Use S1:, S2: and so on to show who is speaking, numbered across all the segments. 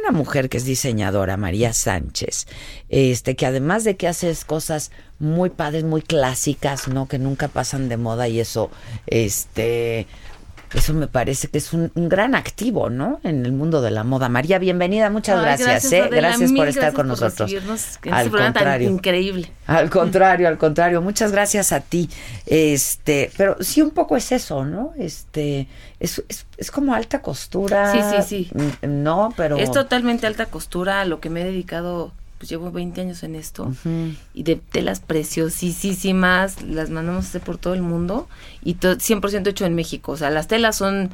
S1: una mujer que es diseñadora, María Sánchez, este, que además de que haces cosas muy padres, muy clásicas, ¿no? Que nunca pasan de moda y eso, este, eso me parece que es un, un gran activo, ¿no? En el mundo de la moda. María, bienvenida, muchas
S2: Ay,
S1: gracias, ¿eh?
S2: Adela,
S1: gracias
S2: mil
S1: por estar
S2: gracias
S1: con
S2: por
S1: nosotros.
S2: recibirnos en
S1: Al
S2: este programa tan
S1: contrario.
S2: increíble.
S1: Al contrario, al contrario, muchas gracias a ti. Este, pero sí un poco es eso, ¿no? Este, es, es, es como alta costura.
S2: Sí, sí, sí.
S1: mm, No, pero
S2: Es totalmente alta costura a lo que me he dedicado. Pues llevo 20 años en esto y de telas preciosísimas, las mandamos a hacer por todo el mundo y to- 100% hecho en México. O sea, las telas son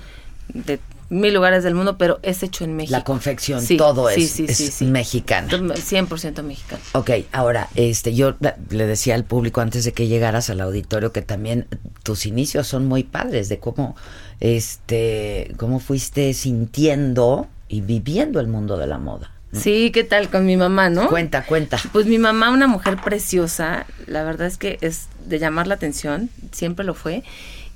S2: de mil lugares del mundo, pero es hecho en México.
S1: la confección,
S2: Sí,
S1: todo
S2: sí,
S1: es,
S2: sí,
S1: es
S2: sí, sí.
S1: mexicana.
S2: 100% mexicano.
S1: Ok, ahora, este, yo da- le decía al público antes de que llegaras al auditorio que también tus inicios son muy padres, de cómo, este, cómo fuiste sintiendo y viviendo el mundo de la moda.
S2: Sí, ¿qué tal con mi mamá, no?
S1: Cuenta, cuenta.
S2: Pues mi mamá, una mujer preciosa, la verdad es que es de llamar la atención, siempre lo fue.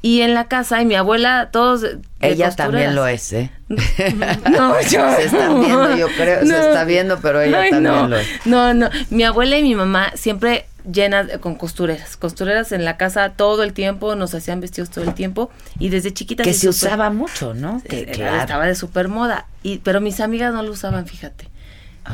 S2: Y en la casa, y mi abuela, todos. de- de
S1: Ella
S2: costureras.
S1: también lo es, ¿eh?
S2: No, yo.
S1: Se está viendo, yo creo, se está viendo, pero ella
S2: Ay,
S1: también
S2: no.
S1: lo es.
S2: No, no. Mi abuela y mi mamá siempre llenas eh, con costureras. Costureras en la casa todo el tiempo, nos hacían vestidos todo el tiempo. Y desde chiquitas. "Pues,
S1: Que se
S2: sí supe-
S1: usaba mucho, ¿no? Que,
S2: eh,
S1: claro.
S2: Estaba de super moda. Y, pero mis amigas no lo usaban, fíjate.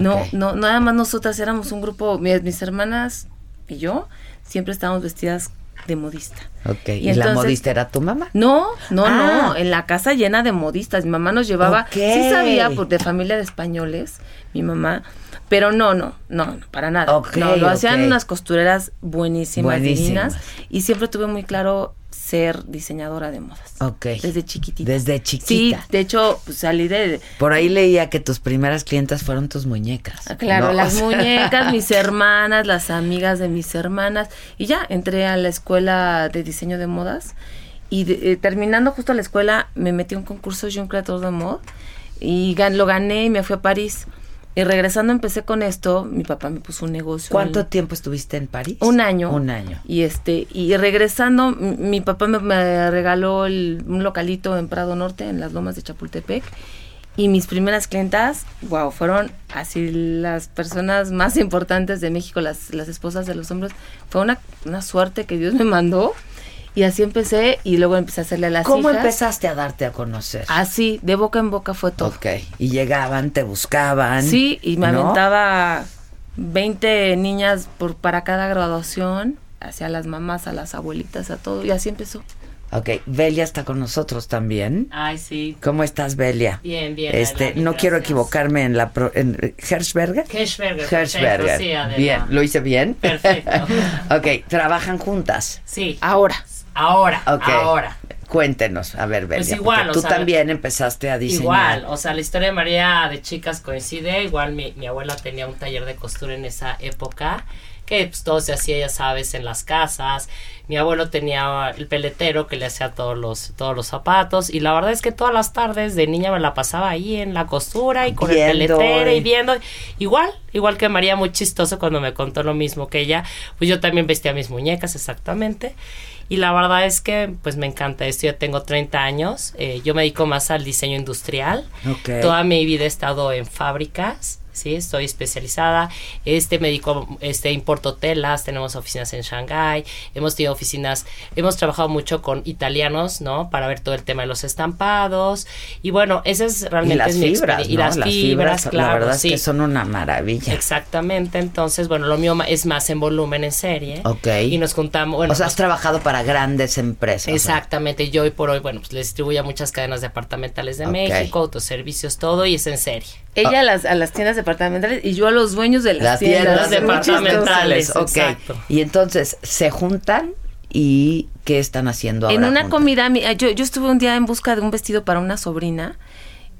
S2: No,
S1: Ah, Ok.
S2: no, nada más nosotras éramos un grupo, mi- mis, hermanas y yo, siempre estábamos vestidas de modista.
S1: Ok, ¿y, la
S2: entonces-
S1: modista era tu mamá?
S2: No, no,
S1: Ah.
S2: no, en la casa llena de modistas. Mi mamá nos llevaba,
S1: Ok.
S2: sí sabía, por, de familia de españoles, mi mamá, pero no, no, no, no, para nada.
S1: Ok,
S2: no, lo hacían
S1: ok.
S2: unas costureras buenísimas,
S1: Buenísimas.
S2: divinas, y siempre tuve muy claro ser diseñadora de modas.
S1: Ok.
S2: Desde chiquitita.
S1: Desde chiquita.
S2: Sí, de hecho, pues, salí de,
S1: Por ahí leía que tus primeras clientas fueron tus muñecas.
S2: Ah, Claro,
S1: ¿no?
S2: las
S1: O sea-
S2: muñecas, mis hermanas, las amigas de mis hermanas. Y ya entré a la escuela de diseño de modas. Y de- eh, terminando justo la escuela, me metí a un concurso de un creador de mod. Y gan- lo gané y me fui a París. Y regresando empecé con esto. Mi papá me puso un negocio.
S1: ¿Cuánto
S2: en-
S1: tiempo estuviste en París?
S2: un año.
S1: Este, Un año.
S2: Y este, y regresando, m- mi papá me, me regaló el- un localito en Prado Norte, en las lomas de Chapultepec. Y mis primeras clientas, wow, fueron así las personas más importantes de México, las, las esposas de los hombres. Fue una, una suerte que Dios me mandó. Y así empecé, y luego empecé a hacerle a las
S1: ¿Cómo
S2: hijas.
S1: empezaste a darte a conocer?
S2: Así, de boca en boca fue todo.
S1: ok. Y llegaban, te buscaban.
S2: Sí, y me
S1: ¿no?
S2: aventaba 20 niñas por para cada graduación, hacia las mamás, a las abuelitas, a todo, y así empezó.
S1: Ok. Belia está con nosotros también.
S3: Ay, sí.
S1: ¿Cómo estás, Belia?
S3: Bien, bien,
S1: Este,
S3: Adela,
S1: no quiero
S3: gracias.
S1: equivocarme en la pro- en eh, Hershberger.
S3: Hershberger,
S1: Hershberger.
S3: perfecto, sí, Adela.
S1: bien, lo hice bien.
S3: Perfecto.
S1: ok, trabajan juntas.
S3: Sí,
S2: Ahora.
S3: ahora,
S1: Ok.
S3: ahora.
S1: Cuéntenos, a ver, Belia.
S3: Pues igual,
S1: porque
S3: o
S1: tú
S3: sea,
S1: también empezaste a diseñar.
S3: Igual, o sea, la historia de María de chicas coincide. Igual mi, mi abuela tenía un taller de costura en esa época, que pues todo se hacía, ya sabes, en las casas. Mi abuelo tenía el peletero que le hacía todos los, todos los zapatos. Y la verdad es que todas las tardes de niña me la pasaba ahí en la costura y con el
S1: Viendo,
S3: peletero
S1: y-
S3: y viendo. Igual, igual que María, muy chistoso cuando me contó lo mismo que ella. Pues yo también vestía mis muñecas, exactamente. Y la verdad es que pues me encanta esto. Ya tengo 30 años. eh, yo me dedico más al diseño industrial.
S1: Ok.
S3: Toda mi vida he estado en fábricas. Sí, estoy especializada. Este me dedico, este importo telas, tenemos oficinas en Shanghái, hemos tenido oficinas, hemos trabajado mucho con italianos, ¿no? Para ver todo el tema de los estampados. Y bueno, esa es realmente
S1: y las
S3: es mi
S1: fibras,
S3: experiencia. Y
S1: ¿no?
S3: las, fibras, claro,
S1: la verdad
S3: sí.
S1: es que son una maravilla.
S3: Exactamente, entonces, bueno, lo mío ma- es más en volumen en serie.
S1: Ok.
S3: Y nos juntamos, bueno,
S1: o sea, has
S2: pues
S3: nos-
S1: trabajado para grandes empresas.
S3: Exactamente, yo hoy por hoy, bueno, pues le distribuyo a muchas cadenas departamentales de
S1: Ok.
S3: México, autoservicios, todo, y es en serie.
S2: Ella a, las, a las tiendas departamentales y yo a los dueños de las,
S1: Ah. Las tiendas
S2: tiendas,
S3: de
S2: Muy chistoso.
S3: departamentales.
S1: Ok.
S3: exacto.
S1: Y entonces se juntan y ¿qué están haciendo ahora?
S2: En una
S1: juntas?
S2: comida, mi- yo, yo estuve un día en busca de un vestido para una sobrina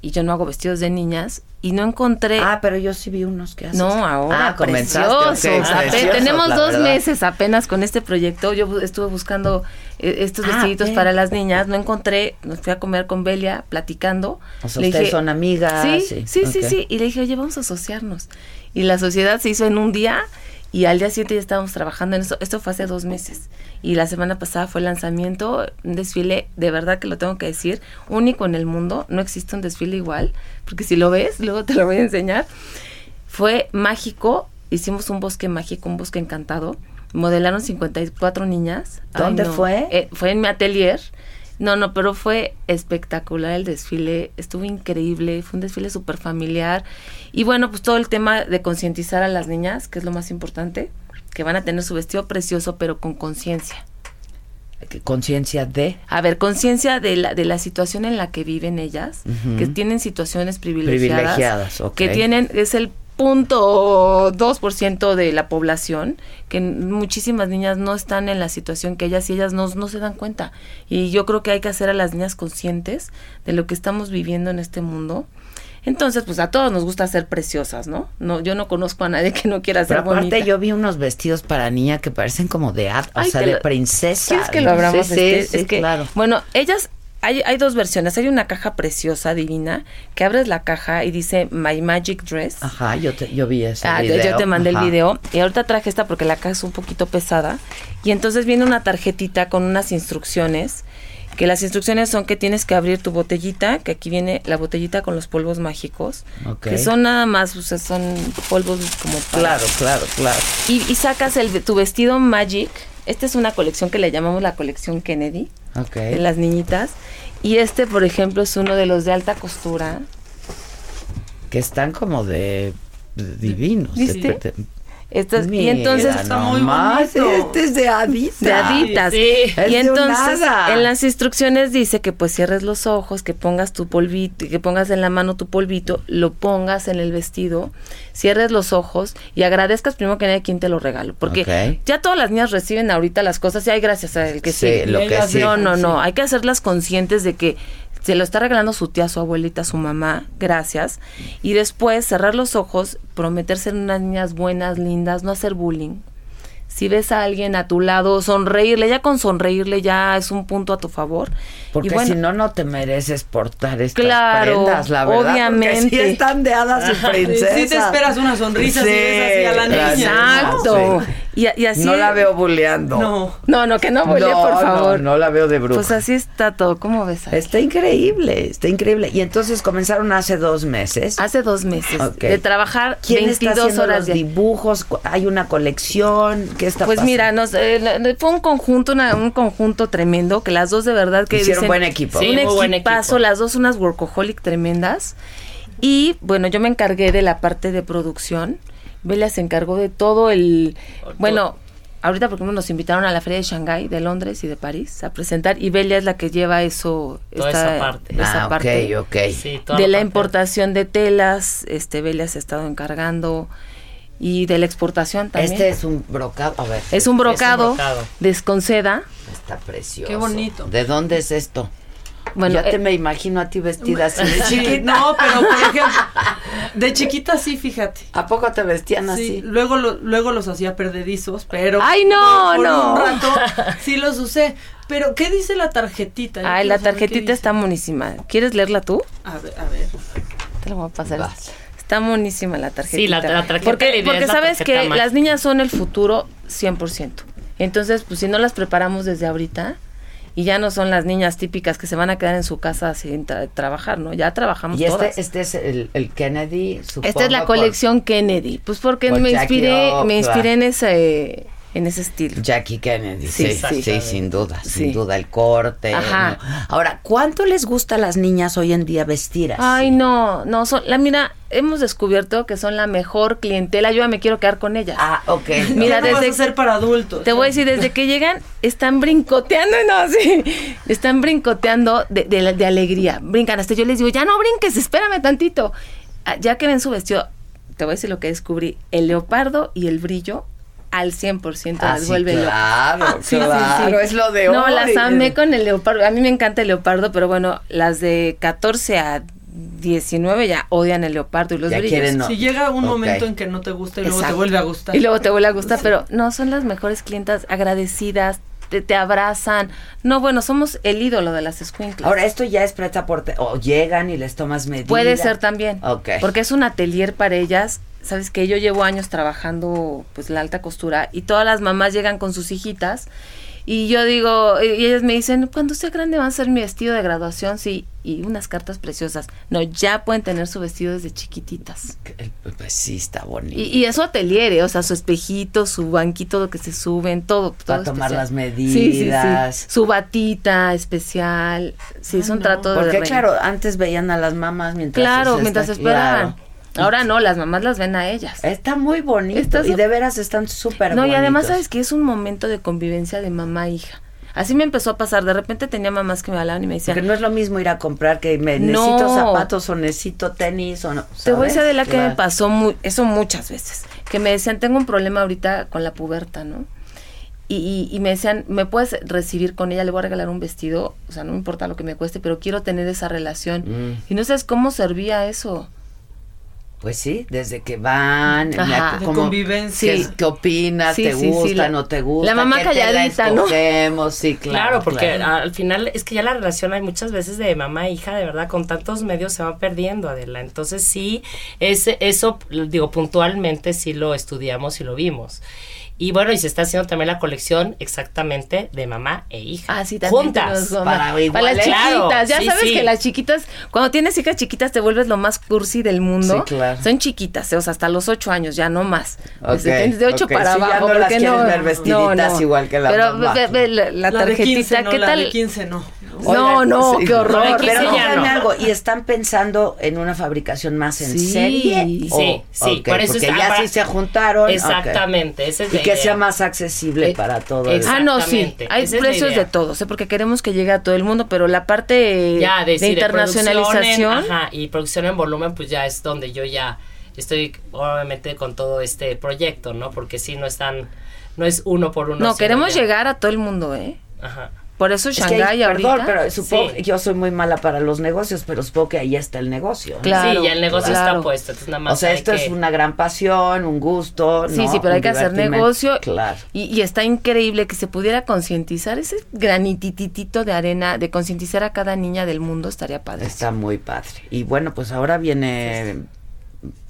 S2: y yo no hago vestidos de niñas y no encontré...
S1: Ah, pero yo sí vi unos que haces.
S2: No, ahora
S1: Ah, comenzaste, ok,
S2: preciosos. Ape-
S1: preciosos,
S2: tenemos
S1: la
S2: dos
S1: verdad.
S2: meses apenas con este proyecto. Yo bu- estuve buscando eh, estos
S1: Ah,
S2: vestiditos
S1: ok.
S2: para las niñas, no encontré. Nos fui a comer con Belia, platicando.
S1: O sea, ustedes son amigas,
S2: Sí,
S1: sí,
S2: sí, sí, sí,
S1: ok.
S2: Y le dije, oye, vamos a asociarnos. Y la sociedad se hizo en un día y al día siguiente ya estábamos trabajando en eso. Esto fue hace dos meses. Y la semana pasada fue el lanzamiento, un desfile, de verdad que lo tengo que decir, único en el mundo. No existe un desfile igual, porque si lo ves, luego te lo voy a enseñar. Fue mágico, hicimos un bosque mágico, un bosque encantado. Modelaron 54 niñas. Ay,
S1: ¿Dónde
S2: no.
S1: fue?
S2: Eh, fue en mi atelier. No, no, pero fue espectacular el desfile, estuvo increíble, fue un desfile súper familiar. Y bueno, pues todo el tema de concientizar a las niñas, que es lo más importante, que van a tener su vestido precioso, pero con conciencia.
S1: Que Conciencia de
S2: A ver, conciencia de la, de la situación en la que viven ellas, que tienen situaciones privilegiadas,
S1: Privilegiadas, ok.
S2: que tienen, es el punto dos por ciento de la población, que n- muchísimas niñas no están en la situación que ellas y ellas no, no se dan cuenta. Y yo creo que hay que hacer a las niñas conscientes de lo que estamos viviendo en este mundo. Entonces, pues a todos nos gusta ser preciosas, ¿no? No, yo no conozco a nadie que no quiera ser
S1: Pero aparte
S2: bonita.
S1: yo vi unos vestidos para niña que parecen como de ad, o
S2: Ay,
S1: sea,
S2: te
S1: de
S2: lo-
S1: princesa.
S2: ¿Quieres que
S1: ¿no?
S2: lo abramos?
S1: Sí,
S2: Este,
S1: sí, sí,
S2: es que,
S1: claro.
S2: Bueno, ellas, hay, hay dos versiones. Hay una caja preciosa, divina, que abres la caja y dice My Magic Dress.
S1: Ajá, yo, te, yo vi ese
S2: Ah, yo-
S1: video.
S2: yo te mandé
S1: ajá.
S2: el video y ahorita traje esta porque la caja es un poquito pesada. Y entonces viene una tarjetita con unas instrucciones, que las instrucciones son que tienes que abrir tu botellita, que aquí viene la botellita con los polvos mágicos,
S1: Ok.
S2: que son nada más, o sea, son polvos como para-
S1: Claro, claro, claro.
S2: Y, y sacas el, tu vestido Magic. Esta es una colección que le llamamos la colección Kennedy
S1: Ok.
S2: de las niñitas. Y este, por ejemplo, es uno de los de alta costura.
S1: Que están como de de divinos. de-
S2: ¿Viste?
S1: de-
S2: Este es- y
S1: Mira
S2: entonces
S4: Está muy
S1: nomás,
S4: bonito.
S1: Este es de hadita.
S2: de haditas.
S3: Sí, sí.
S1: Es
S2: Y
S1: de un
S2: entonces
S1: hada.
S2: en las instrucciones dice que pues cierres los ojos, que pongas tu polvito, que pongas en la mano tu polvito, lo pongas en el vestido, cierres los ojos y agradezcas primero que nadie quien te lo regaló, porque
S1: Ok.
S2: ya todas las niñas reciben ahorita las cosas y hay gracias a el que
S1: Sí,
S2: sí.
S1: lo que sí.
S2: No, no, no, hay que hacerlas conscientes de que se lo está regalando su tía, su abuelita, su mamá, gracias. Y después cerrar los ojos, prometer ser unas niñas buenas, lindas, no hacer bullying, si ves a alguien a tu lado, sonreírle, ya con sonreírle ya es un punto a tu favor.
S1: Porque
S2: y bueno,
S1: si no, no te mereces portar estas
S2: Claro,
S1: prendas, la verdad. Porque sí
S2: obviamente.
S1: están de hadas y princesas.
S4: Ah, Sí te esperas una sonrisa si ves así a la niña, ¿no?
S2: Exacto. Y, a- y así
S1: No la veo buleando.
S4: No.
S2: No, no, que no vuele,
S1: No,
S2: por favor.
S1: No, no la veo de bruja.
S2: Pues así está todo, ¿cómo ves? Ale?
S1: Está increíble, está increíble. Y entonces comenzaron hace dos meses.
S2: Hace dos meses
S1: Ok.
S2: de trabajar
S1: ¿Quién está
S2: 22
S1: haciendo
S2: horas
S1: los
S2: diarias.
S1: dibujos? ¿Cu- ¿Hay una colección? ¿Qué está
S2: Pues
S1: pasando?
S2: mira, nos, eh, la- la- fue un conjunto, una- un conjunto tremendo, que las dos de verdad que
S1: Hicieron
S2: dicen-
S1: buen equipo.
S3: Sí,
S2: un
S3: muy buen
S2: equipazo,
S3: equipo.
S2: las dos unas workaholic tremendas. Y bueno, yo me encargué de la parte de producción. Bella se encargó de todo el... Bueno, ahorita por ejemplo nos invitaron a la feria de Shanghái, de Londres y de París a presentar. Y Bella es la que lleva eso...
S3: Toda esa parte.
S2: esa
S1: ah,
S2: parte
S1: ok, ok.
S3: Sí, toda
S2: de la
S3: parte-
S2: importación de telas. Este Bella se ha estado encargando. Y de la exportación también.
S1: Este es un brocado. A ver.
S2: Es un brocado,
S3: brocado.
S2: de esconceda.
S1: Está precioso.
S4: Qué bonito.
S1: ¿De dónde es esto?
S2: Bueno,
S1: ya te
S2: eh,
S1: me imagino a ti vestida así de
S4: Sí,
S1: chiquita.
S4: no, pero por ejemplo, de chiquita sí, fíjate.
S1: ¿A poco te vestían
S4: Sí,
S1: así?
S4: luego, lo- luego los hacía perdedizos, pero.
S2: Ah, ¡Ay, no,
S4: por- por
S2: no!
S4: un rato sí los usé. Pero, ¿qué dice la tarjetita? Yo
S2: ay,
S4: quiero
S2: la
S4: saber qué
S2: tarjetita
S4: dice.
S2: está monísima. ¿Quieres leerla tú?
S4: A ver, a ver.
S2: Te la voy a pasar.
S1: Vas.
S2: Está monísima la tarjetita.
S3: Sí, la- la tarjeta
S2: Porque,
S3: de idea
S2: porque
S3: es la
S2: sabes
S3: tarjeta
S2: que
S3: mágica.
S2: las niñas son el futuro 100%. Entonces, pues si no las preparamos desde ahorita y ya no son las niñas típicas que se van a quedar en su casa sin tra- trabajar, ¿no? Ya trabajamos
S1: Y
S2: todas.
S1: este, este es el, el Kennedy, supongo.
S2: Esta es la
S1: por
S2: colección Kennedy. Pues porque
S1: por
S2: me
S1: Jackie
S2: inspiré,
S1: O,
S2: me inspiré
S1: claro.
S2: en ese en ese estilo.
S1: Jackie Kennedy,
S2: Sí,
S1: sí, sí,
S2: sí.
S1: sin duda, sin
S2: Sí.
S1: duda, el corte.
S2: Ajá.
S1: ¿no? Ahora, ¿cuánto les gusta a las niñas hoy en día vestir así?
S2: Ay, no, no, son, la mira, hemos descubierto que son la mejor clientela, yo ya me quiero quedar con ellas.
S1: Ah, ok.
S2: Mira,
S4: Ya no
S2: desde-
S4: vas a ser para adultos.
S2: Te voy a decir, desde que llegan, están brincoteando, no, sí, están brincoteando de, de la- de alegría, brincan, hasta yo les digo, ya no brinques, espérame tantito. Ah, Ya que ven su vestido, te voy a decir lo que descubrí, el leopardo y el brillo al 100%
S1: Ah,
S2: las
S1: sí,
S2: vuelve locas.
S1: claro,
S2: Sí, sí, sí.
S1: claro, es lo de
S2: No,
S1: hoy.
S2: las amé con el leopardo. A mí me encanta el leopardo, pero bueno, las de 14 a 19 ya odian el leopardo y los
S1: Ya
S2: brillos.
S1: quieren no.
S4: Si llega un
S1: Ok.
S4: momento en que no te gusta y luego te
S2: Exacto.
S4: vuelve a gustar.
S2: Y luego te vuelve a gustar, pero no, son las mejores clientas agradecidas, te, te abrazan. No, bueno, somos el ídolo de las escuinclas.
S1: Ahora, esto ya es preta por... te- O llegan y les tomas medidas.
S2: Puede ser también.
S1: Ok.
S2: Porque es un atelier para ellas. Sabes que yo llevo años trabajando pues la alta costura y todas las mamás llegan con sus hijitas y yo digo, y y ellas me dicen, cuando sea grande van a ser mi vestido de graduación, sí, y unas cartas preciosas. No, ya pueden tener su vestido desde chiquititas.
S1: Pues sí, está bonito.
S2: Y, y es su atelier, ¿eh? o sea, su espejito, su banquito, lo que se suben, todo. todo
S1: Para tomar
S2: especial.
S1: las
S2: Sí, sí, sí.
S1: medidas.
S2: Su batita especial. Sí, es un trato de
S1: Porque
S2: rey.
S1: claro, antes veían a las mamás mientras...
S2: Claro,
S1: se-
S2: mientras
S1: está-
S2: esperaban.
S1: claro.
S2: Ahora no, las mamás las ven a ellas.
S1: Está muy bonito.
S2: Está
S1: y
S2: su-
S1: de veras están súper
S2: No, y además
S1: bonitos.
S2: sabes que es un momento de convivencia de mamá e hija. Así me empezó a pasar. De repente tenía mamás que me hablaban y me
S1: Porque
S2: decían,
S1: no es lo mismo ir a comprar que me
S2: No.
S1: necesito zapatos o necesito tenis o no.
S2: te voy a decir de la que me
S1: pasa.
S2: pasó mu- eso muchas veces. Que me decían, tengo un problema ahorita con la puberta, ¿no? Y, y- y me decían, ¿me puedes recibir con ella? Le voy a regalar un vestido. O sea, no me importa lo que me cueste, pero quiero tener esa relación. Y no sabes cómo servía eso.
S1: Pues sí, desde que van, en la-
S2: Ajá. De
S4: convivencia.
S1: ¿Qué,
S2: Sí.
S1: qué opinas?
S2: Sí,
S1: ¿Te
S2: sí, sí,
S1: gusta?
S2: la-
S1: ¿No te gusta?
S2: la mamá
S1: ¿Qué tela
S2: calladita, ¿no?
S1: escogemos? Sí, claro.
S3: Claro, porque ah, a- al final es que ya la relación hay muchas veces de mamá e hija, de verdad, con tantos medios se va perdiendo, Adela. Entonces sí, ese, eso, lo digo, puntualmente sí lo estudiamos y lo vimos. Y bueno, y se está haciendo también la colección exactamente de mamá e hija.
S2: Ah, sí, también
S3: Juntas.
S2: tenemos goma.
S1: para igualar.
S2: las
S3: Claro,
S2: chiquitas. Ya
S3: sí,
S2: sabes
S3: sí.
S2: que las chiquitas, cuando tienes hijas chiquitas, te vuelves lo más cursi del mundo.
S1: Sí, claro.
S2: Son chiquitas, eh, o sea, hasta los ocho años, ya no más. Pues,
S1: Ok,
S2: de- de ocho
S1: ok,
S2: para
S1: sí, ya
S2: abajo.
S1: no las
S2: porque
S1: quieres ver vestiditas igual que la
S2: Pero
S1: mamá.
S2: ve- ve la, la
S4: La de
S2: tarjetita,
S4: 15 no,
S2: ¿qué
S4: la
S2: tal?
S4: de 15 no.
S2: No, no,
S1: pues sí,
S2: qué horror.
S3: no, de
S1: Pero
S3: 15 ya
S1: díganme
S3: no.
S1: algo, y están pensando en una fabricación más en
S2: Sí.
S1: serie.
S2: Sí,
S1: O-
S3: sí,
S1: ok,
S3: por eso
S1: porque
S3: está-
S1: ya
S3: para-
S1: sí se juntaron. ok.
S3: Exactamente, esa es
S1: Y
S3: la
S1: que
S3: idea.
S1: sea más accesible
S3: Eh,
S1: para todo el-
S2: Ah, no, sí.
S3: Exactamente,
S2: Hay
S3: esa es la
S2: precios de
S3: idea.
S2: todo, ¿eh? porque queremos que llegue a todo el mundo, pero la parte eh,
S3: ya
S2: de
S3: sí, producción en-
S2: internacionalización.
S3: ajá, y producción en volumen, pues ya es donde yo ya estoy obviamente con todo este proyecto, ¿no? Porque sí no están, no es uno por uno.
S2: no,
S3: sino
S2: queremos
S3: ya-
S2: llegar a todo el mundo, ¿eh?
S3: Ajá.
S2: Por eso
S1: Es que ahí-
S2: Shanghái ahorita. pues,
S1: perdón, pero supongo,
S3: Sí.
S1: yo soy muy mala para los negocios, pero supongo que ahí está el negocio. ¿no?
S2: Claro,
S3: sí, ya el negocio
S2: claro.
S3: está puesto, entonces nada más.
S1: O sea,
S3: hay
S1: esto
S3: que-
S1: es una gran pasión, un gusto.
S2: Sí,
S1: ¿no?
S2: sí, pero hay
S1: Un
S2: que hacer
S1: divertimento.
S2: negocio.
S1: Claro.
S2: Y, y está increíble que se pudiera concientizar ese granititito de arena, de concientizar a cada niña del mundo, estaría padre.
S1: Está muy padre. Y bueno, pues ahora viene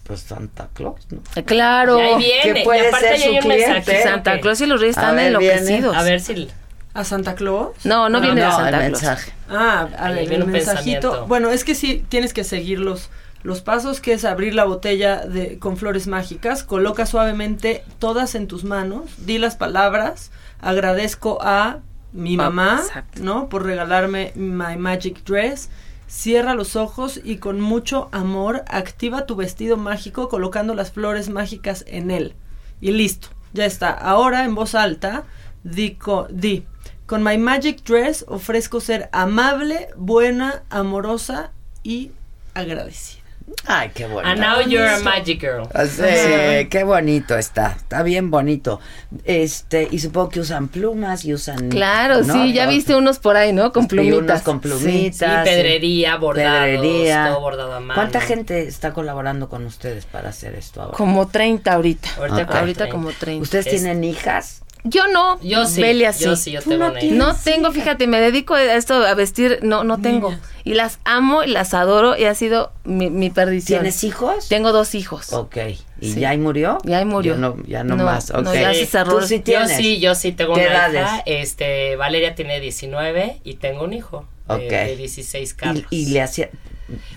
S1: pues Santa Claus, ¿no?
S2: Eh, Claro.
S3: Y ahí viene,
S1: que
S3: y
S1: puede
S3: aparte
S1: ser
S3: ya hay
S1: su
S3: un mensaje
S1: cliente.
S2: Santa Claus y los Reyes
S1: A
S2: están
S1: ver, viene.
S2: enloquecidos.
S3: A ver si.
S4: ¿A Santa Claus?
S2: No, no, viene
S1: no,
S2: de Santa
S1: el
S2: Claus.
S1: mensaje.
S4: Ah, a
S3: Ahí
S4: ver,
S3: viene
S4: el
S3: un
S4: mensajito.
S3: pensamiento.
S4: Bueno, es que sí tienes que seguir los, los pasos, que es abrir la botella de, con flores mágicas, coloca suavemente todas en tus manos, di las palabras, agradezco a mi
S2: Ah,
S4: mamá,
S2: exacto.
S4: ¿no? Por regalarme my magic dress. Cierra los ojos y con mucho amor activa tu vestido mágico colocando las flores mágicas en él. Y listo, ya está. Ahora en voz alta, di, co- di, con My Magic Dress ofrezco ser amable, buena, amorosa y agradecida.
S1: Ay, qué bonito.
S3: And ah, now you're a magic girl.
S1: O sea, Ah, qué bonito está, está bien bonito. Este, y supongo que usan plumas y usan
S2: Claro,
S1: ¿no?
S2: sí, ya
S1: Todo.
S2: viste unos por ahí, ¿no? Con
S1: Sí, unos
S2: plumitas.
S1: con
S2: Sí.
S3: Y
S1: plumitas.
S3: pedrería, bordados,
S1: pedrería.
S3: todo bordado a mano.
S1: ¿Cuánta gente está colaborando con ustedes para hacer esto ahora?
S2: Como 30 ahorita.
S3: Ahorita
S2: Ah,
S3: como
S2: ahorita
S3: 30.
S2: como 30.
S1: ¿Ustedes
S3: Es-
S1: tienen hijas?
S2: Yo no.
S3: Yo sí,
S2: Vele así.
S3: yo sí, yo
S2: Tú
S3: tengo
S2: no
S3: una
S2: tienes No tengo, fíjate, me dedico a esto, a vestir, no, no tengo. Y las amo, y las adoro, y ha sido mi, mi perdición.
S1: ¿Tienes hijos?
S2: Tengo dos hijos.
S1: Ok. ¿Y
S2: Sí.
S1: ya ahí murió?
S2: Ya ahí murió.
S1: Ya no, ya no,
S2: No,
S1: más.
S2: no,
S1: ok.
S2: ya se cerró.
S1: ¿Tú sí
S3: Yo
S1: tienes?
S3: sí, yo sí tengo
S1: ¿Qué
S3: una
S1: edades?
S3: hija. Este, Valeria tiene 19 y tengo un hijo de,
S1: Ok.
S3: de 16 Carlos.
S1: Y, y le hacía...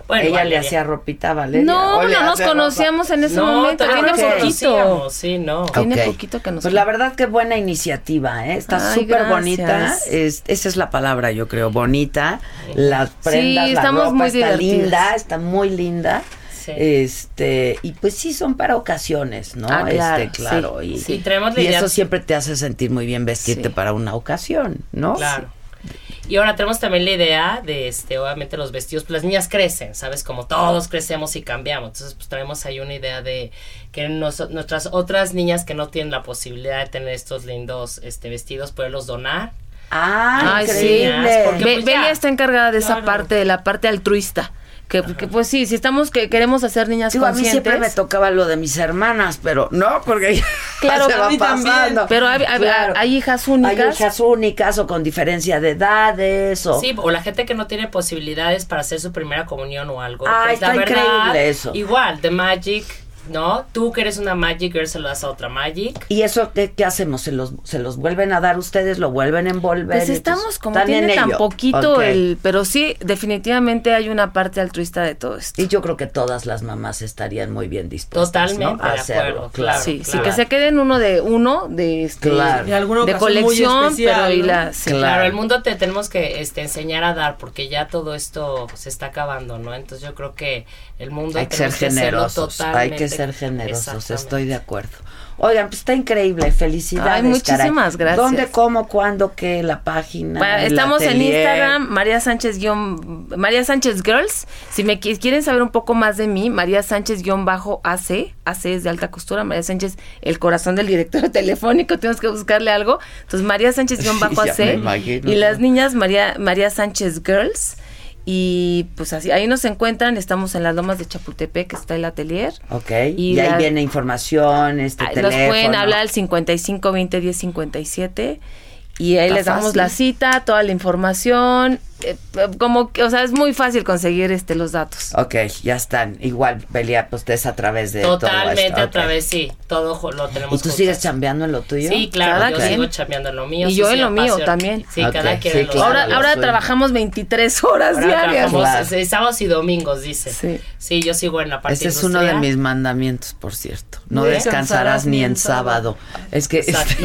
S3: Bueno,
S1: ella le
S3: Valeria.
S1: hacía ropita a Valeria.
S2: No,
S1: ¿O le
S2: no nos
S1: hace ropa?
S2: conocíamos en ese momento,
S3: todavía
S2: tiene
S1: no nos
S2: poquito.
S3: conocíamos, Sí, no.
S2: Tiene
S1: Ok.
S2: poquito que nos
S1: Pues la verdad que buena iniciativa, ¿eh? Está
S2: Ay,
S1: súper bonita.
S2: gracias.
S1: Es- esa es la palabra, yo creo, bonita. Las prendas, la
S2: estamos
S1: ropa
S2: muy
S1: está
S2: divertidas.
S1: linda, está muy linda.
S3: Sí.
S1: Este, y pues sí son para ocasiones, ¿no?
S2: Ah, claro,
S1: este, claro.
S2: sí,
S1: y
S2: sí.
S3: Y traemos la
S1: y
S3: idea-
S1: eso siempre te hace sentir muy bien vestirte
S2: Sí.
S1: para una ocasión, ¿no?
S3: Claro. Y ahora tenemos también la idea de, este, obviamente los vestidos, pues las niñas crecen, ¿sabes? Como todos crecemos y cambiamos. Entonces, pues traemos ahí una idea de que nos- nuestras otras niñas que no tienen la posibilidad de tener estos lindos este, vestidos, poderlos donar.
S1: Ah,
S2: Ay, sí.
S1: increíble.
S3: Porque,
S2: Ve-
S3: pues,
S2: Belia
S3: ya.
S2: está encargada de esa parte, de la parte altruista. Que, que, pues sí, si estamos que queremos hacer niñas
S1: Digo, a mí
S2: conscientes.
S1: siempre me tocaba lo de mis hermanas, pero no, porque ya
S2: Claro,
S1: se
S2: a
S1: va
S2: mí también,
S1: pasando.
S2: pero hay- hay- hay hijas únicas.
S1: Hay hijas únicas o con diferencia de edades o...
S3: Sí, o la gente que no tiene posibilidades para hacer su primera comunión o algo.
S1: Ah,
S3: Pues, la
S1: está
S3: verdad,
S1: increíble eso.
S3: Igual, The Magic, ¿no? Tú que eres una Magic Girl se lo das a otra Magic.
S1: ¿Y eso qué, qué hacemos? ¿Se los, ¿Se los vuelven a dar ustedes? ¿Lo vuelven a envolver?
S2: Pues estamos
S1: Entonces,
S2: como
S1: están
S2: tiene
S1: en
S2: tan
S1: ello.
S2: poquito
S1: Ok.
S2: el, pero sí definitivamente hay una parte altruista de todo esto.
S1: Y yo creo que todas las mamás estarían muy bien dispuestas,
S3: Totalmente
S1: ¿no? A
S3: de
S1: hacerlo,
S3: acuerdo,
S1: claro.
S3: claro.
S2: sí, sí
S3: claro.
S2: que se queden uno de uno de este
S1: Claro.
S4: De alguna
S2: de
S4: ocasión muy
S2: colección,
S4: especial,
S2: pero y
S4: ¿no?
S2: la sí.
S1: Claro.
S3: Claro. el mundo te tenemos que este, enseñar a dar porque ya todo esto se está acabando, ¿no? Entonces yo creo que el mundo
S1: Hay que ser
S3: tenemos hacerlo
S1: generosos, hay que
S3: totalmente-
S1: ser generosos,
S3: Exactamente.
S1: estoy de acuerdo. Oigan, pues está increíble, felicidades.
S2: Ay,
S1: caray.
S2: muchísimas gracias.
S1: ¿Dónde, cómo, cuándo, qué, la página?
S2: Pa-
S1: el
S2: Estamos en
S1: atelier?
S2: Instagram, María Sánchez guión- María Sánchez Girls. Si me qui- quieren saber un poco más de mí, María Sánchez guión bajo AC, AC es de alta costura, María Sánchez, el corazón del director telefónico, tenemos que buscarle algo. Entonces María Sánchez guión bajo
S1: Ya me
S2: AC
S1: imagino.
S2: y las niñas María María Sánchez Girls. Y pues así, ahí nos encuentran, estamos en las lomas de Chapultepec, está el atelier.
S1: Ok, y,
S2: Y
S1: ahí
S2: la-
S1: viene información, este
S2: Ay,
S1: teléfono.
S2: Nos pueden hablar al 55 20 10 57 y ahí
S1: Está
S2: les damos
S1: fácil.
S2: la cita, toda la información, eh, eh, como que, o sea, es muy fácil conseguir este los datos.
S1: Ok, ya están. Igual, Belia, pues es a través de todo esto,
S3: Totalmente a
S1: ok.
S3: través, sí. Todo jo- lo tenemos
S1: ¿Y tú
S3: juntas.
S1: sigues chambeando en lo tuyo?
S3: Sí, claro,
S2: Cada
S3: yo
S2: quien.
S3: sigo chambeando en lo mío.
S2: Y
S3: sí,
S2: yo
S3: sí,
S2: en lo mío
S3: apasiona.
S2: también.
S3: Sí,
S1: Ok,
S3: cada quien
S1: sí,
S3: en lo
S1: pues, claro.
S2: ahora
S3: suyo.
S2: ahora
S1: soy-
S2: trabajamos 23 horas
S3: Ahora
S2: diarias.
S3: trabajamos
S1: Claro.
S3: eh, sábados y domingos, dice.
S2: Sí.
S3: Sí. yo sigo en la parte
S1: Ese es uno de
S3: industrial.
S1: mis mandamientos, por cierto. No
S4: No
S1: descansarás
S4: descansarás
S1: ni en sábado. Es que este,
S3: Exacto.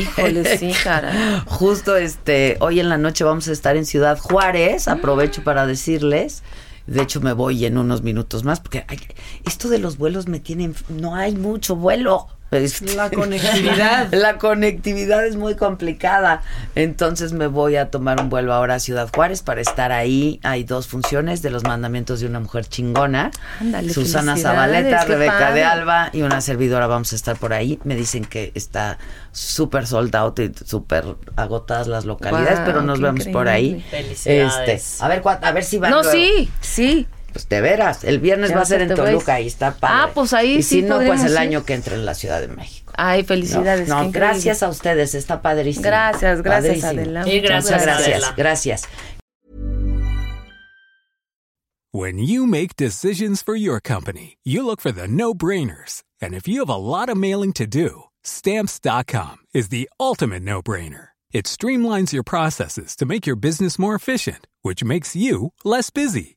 S2: Híjole, sí, caray.
S1: justo este hoy en la noche vamos a estar en Ciudad Juárez. Aprovecho para decirles. De hecho me voy en unos minutos más porque hay- esto de los vuelos me tienen no hay mucho vuelo. Este,
S4: La conectividad.
S1: La conectividad es muy complicada. Entonces me voy a tomar un vuelo ahora a Ciudad Juárez para estar ahí. Hay dos funciones de los mandamientos de una mujer chingona.
S2: Ándale,
S1: Susana
S2: felicidades,
S1: Zabaleta,
S2: qué
S1: Rebeca
S2: padre.
S1: de Alba y una servidora vamos a estar por ahí. Me dicen que está súper sold out y súper agotadas las localidades,
S2: Guau,
S1: pero nos
S2: qué
S1: vemos por ahí.
S2: increíble.
S3: Felicidades.
S1: Este, a ver, cuá- a ver si van
S2: No,
S1: luego.
S2: sí, sí.
S1: Pues de veras, el viernes
S2: Ya
S1: va a ser
S2: te
S1: en
S2: ves.
S1: Toluca y está padre.
S2: Ah, pues ahí
S1: y si
S2: sí
S1: no, pues
S2: podremos
S1: el
S2: ir.
S1: año que entre en la Ciudad de México.
S2: Ay,
S1: No,
S2: felicidades.
S1: no,
S2: qué increíble.
S1: gracias a ustedes, está padrísimo.
S2: Gracias, gracias,
S1: Padrísimo.
S2: Adela.
S3: Y
S2: muchas
S1: Muchas
S3: Gracias,
S1: gracias,
S3: Adela.
S1: gracias.
S5: When you make decisions for your company, you look for the no brainers. And if you have a lot of mailing to do, stamps.com is the ultimate no brainer. It streamlines your processes to make your business more efficient, which makes you less busy.